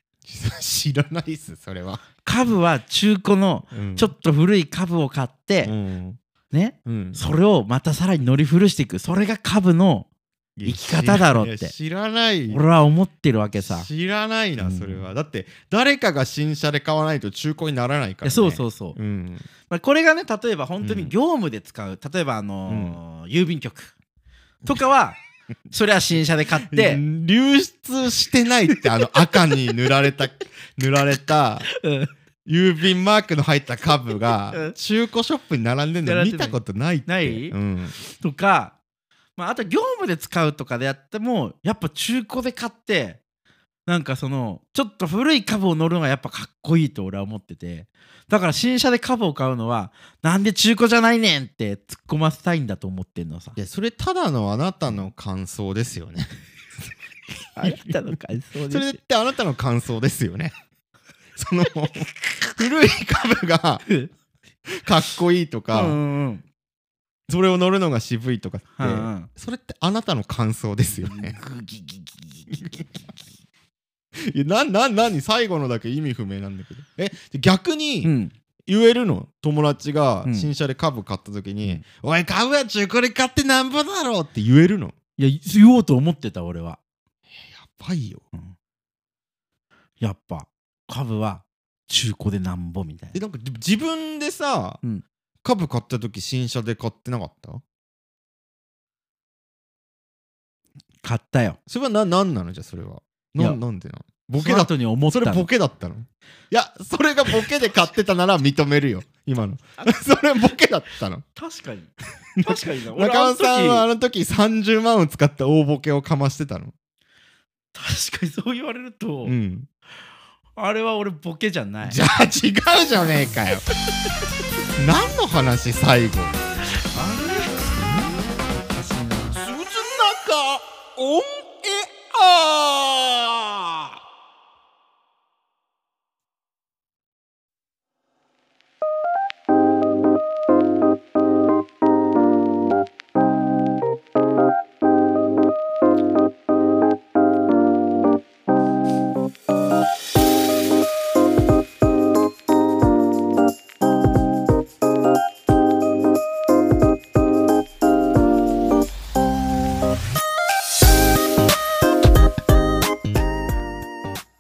知らないっすそれは、
株は中古のちょ
と
っと古い株を買って、
うん
ね
うん
それをまたさらに乗り古していくそれが株の
いや
生き方だろって
いや知らない
俺は思ってるわけさ、
知らないな
うん
それは、だって誰かが新車で買わないと中古にならないから、ね、
そうそうそう、
うん
まあ、これがね例えば本当
う
に
ん
業務で使う例えばあのー郵便局と かはそれは新車で買って、
流出してないってあの赤に塗られた 塗られた
うん
郵便マークの入った株
う
が
ん
中古ショップに並んでるの
並
見
んでない
たことないって
ない
うん、
とか、まあ、あと業務で使うとかでやってもやっぱ中古で買ってなんかそのちょっと古い株を乗るのがやっぱかっこいいと俺は思っててだから新車で株を買うのはなんで中古じゃないねんって突っ込ませたいんだと思ってんのさ
い。やそれただのあなたの感想ですよね
あなたの感想
それってあなたの感想です よねその古い株が
うん
かっこいいと
うん
か、
うん
それを乗るのが渋いとかって、
うんうん
それってあなたの感想ですよね。
グギギギギギギギ
いやな、な、なに最後のだけ意味不明なんだけど。え、逆
う
に
ん
言えるの友達が
うん
新車で株買った時に、おい、株は中古で買ってなんぼだろうって言えるのや
いや言おうと思ってた俺は
ばいよ。
やっぱ株は中古でなんぼみたい
え、
な
なんかでも自分でさ、
うん
株買った時新車で買ってなかった
買ったよ
それはな、なんなのじゃあそれは。
い
な、
や
なんでなの
ボ
ボケ
ケだ
だっ
とに思った
それ
の
ボケだったのいや、それがボケで買ってたなら認める よ。今の。 それボケだったの
確 かに確かにな俺
中
あの
尾さんはあ
時
の時30万を使って大ボケをかましてたの
確かにそう言われると、
うん
あれは俺ボケじゃない
じゃあ違うじゃねえ かよ何の話最後
おかしいな
鈴中オンエア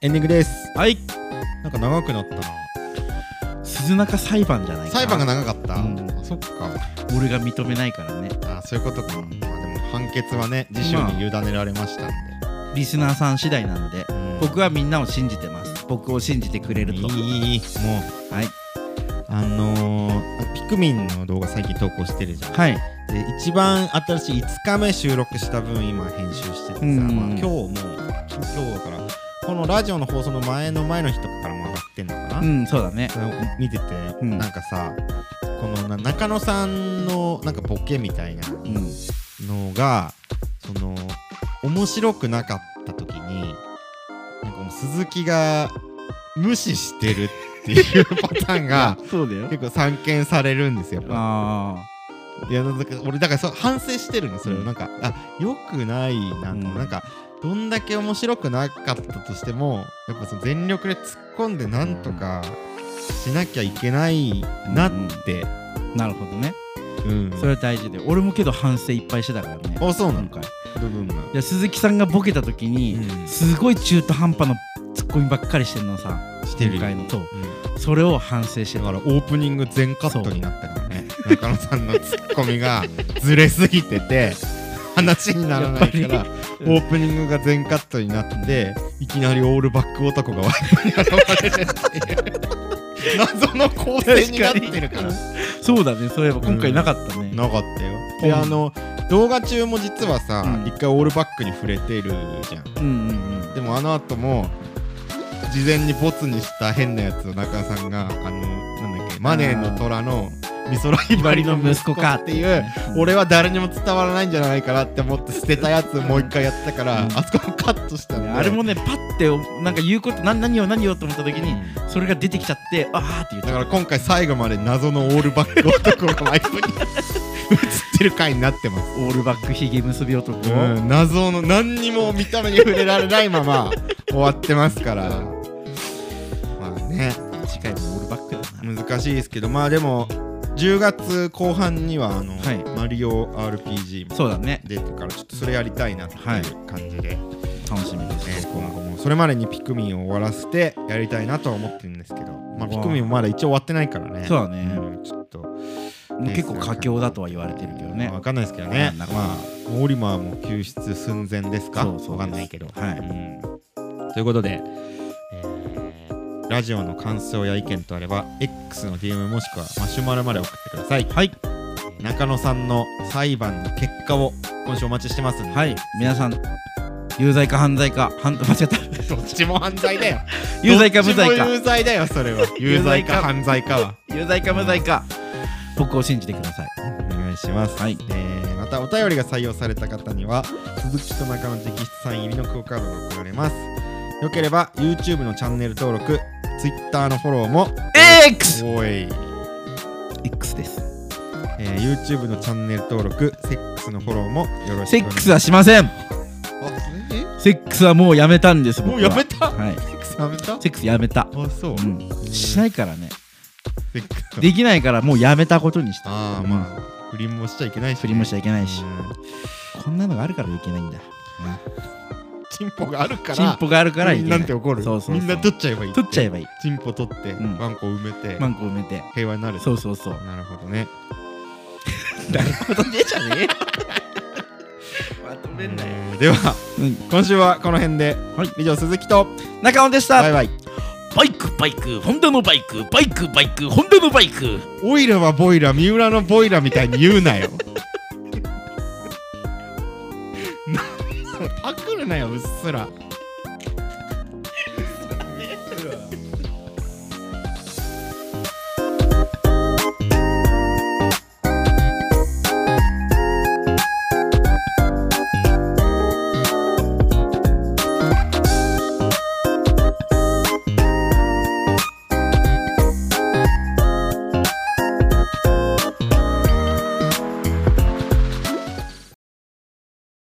エンディングです
はい
なんか長くなったな
鈴中裁判じゃないかな
裁判が長かった、
うん
あそっか
俺が認めないからね
あそういうことか、まあ、でも判決はね次週に委ねられましたんで、
リスナーさん次第なんで
うん
僕はみんなを信じてます僕を信じてくれる
い
と
いいいもう
はい
あのー、ピクミンの動画最近投稿してるじゃん
はい
で一番新しい5日目収録した分今編集しててさ、
うんうん
まあ、今日もう今日だからこのラジオの放送の前の前の日とかからも上がってんのかな、
うんそうだね
それを見てて、
うん
なんかさこのな中野さんのなんかボケみたいな
うん
のがその面白くなかった時になんかもう鈴木が無視してるって いうパターンが
そうだよ
結構散見されるんですよ。やっぱ
あ
いやなんか俺だからそう反省してるのそれを
うん
なんか、あよくないな、
うん
なんかどんだけ面白くなかったとしてもやっぱその全力で突っ込んでなんとかしなきゃいけないなって、
あなるほどね
うん
それは大事で俺もけど反省いっぱいしてたからね
あそうな
今
の
回
部分が
で鈴木さんがボケた時に、
うん
すごい中途半端なツッコミばっかりしてんのさ
してる
今回のそう
うん
それを反省して
だ
た
からオープニング全カットになったからね中野さんのツッコミがずれすぎてて話にならないか
や
ら
っぱりうん
オープニングが全カットになっていきなりオールバック男がワイプに現れるっていう謎の構成になってるから
そうだねそういえば今回なかったね、
なかったよ
う
で
ん
あの動画中も実はさ
うん
一回オールバックに触れてるじゃん
うん、うんうん
でもあの後も事前にボツにした変なやつを中田さんがあのなんだっけマネーの虎の美空ひばりの息子かっていう俺は誰にも伝わらないんじゃないかなって思って捨てたやつをもう一回やったから
うん
あそこもカットしたんで
あれもねパッてなんか言うことな何を何をと思った時
う
に
ん
それが出てきちゃってあーって言っ
だ
た
から今回最後まで謎のオールバック男が毎回 映ってる回になってます
オールバックひげ結び男、
うん謎の何にも見た目に触れられないまま終わってますからまあね
次回もオールバックだな
難しいですけどまあでも10月後半にはあの、
はい
マリオ RPG も
そうだね
出てからちょっとそれやりたいなっていう
はい
感じで、
楽しみです、
えー今後もそれまでにピクミンを終わらせてやりたいなとは思ってるんですけど、まあ、
うわ
ピクミンもまだ一応終わってないからね
そうだね、
んちょっと
もう結構佳境だとは言われてるけどね
分かんないですけどね
うん
ま
な
あ
かなか
オリマーも救出寸前ですか
そうそうです
分かんないけど、
はい
うんということで、えーラジオの感想や意見とあれば X の DM もしくはマシュマロまで送ってください
はい
中野さんの裁判の結果を今週お待ちしてますんで、
はい皆さん有罪か犯罪か犯 間違えた
どっちも犯罪だよ
有罪か無罪
どっちも
か
有罪だよそれは有
有
罪
罪
か
か
犯罪かは
有罪か無罪か僕を信じてください
お願いします、
はい
えーまたお便りが採用された方には鈴木と中の直筆サイン入りのクオカードが送られますよければ YouTube のチャンネル登録 Twitter のフォローも
X!
おい、
X です
えー YouTube のチャンネル登録セックスのフォローもよろし
セ
くお願
ッ
い
ク
し
ス
ま
はしません
すあ
セックスはもうやめたんです
え
僕
も
は
うやめた
はい
セックスやめた
セックスやめた
あそう、
うんしないからね
セックス
できないからもうやめたことにした
ああまあ不倫もしちゃいけないし、ね、
振りもしちゃいけないし
うん
こんなのがあるからいけないんだ
チンポがあるから
チンポがあるからいけな
ないんて怒る
そうそうそう
みんな取っちゃえばいい
取っちゃえ
ば
ばいい
チンポ取って、
ん
ワンコ埋めて、
マンコ埋めて
平和になる
そうそうそう
なるほどね。
なるほどねじゃねえまとめんなよ、
えーでは、
うん、
今週はこの辺で、
はい
以上、鈴木と、
中尾でした
バイバイ。
バイクバイクホンダのバイクバイクバイクホンダのバイク
オイラはボイラ、三浦のボイラみたいに言うな よ。なパクるなよ、うっすら。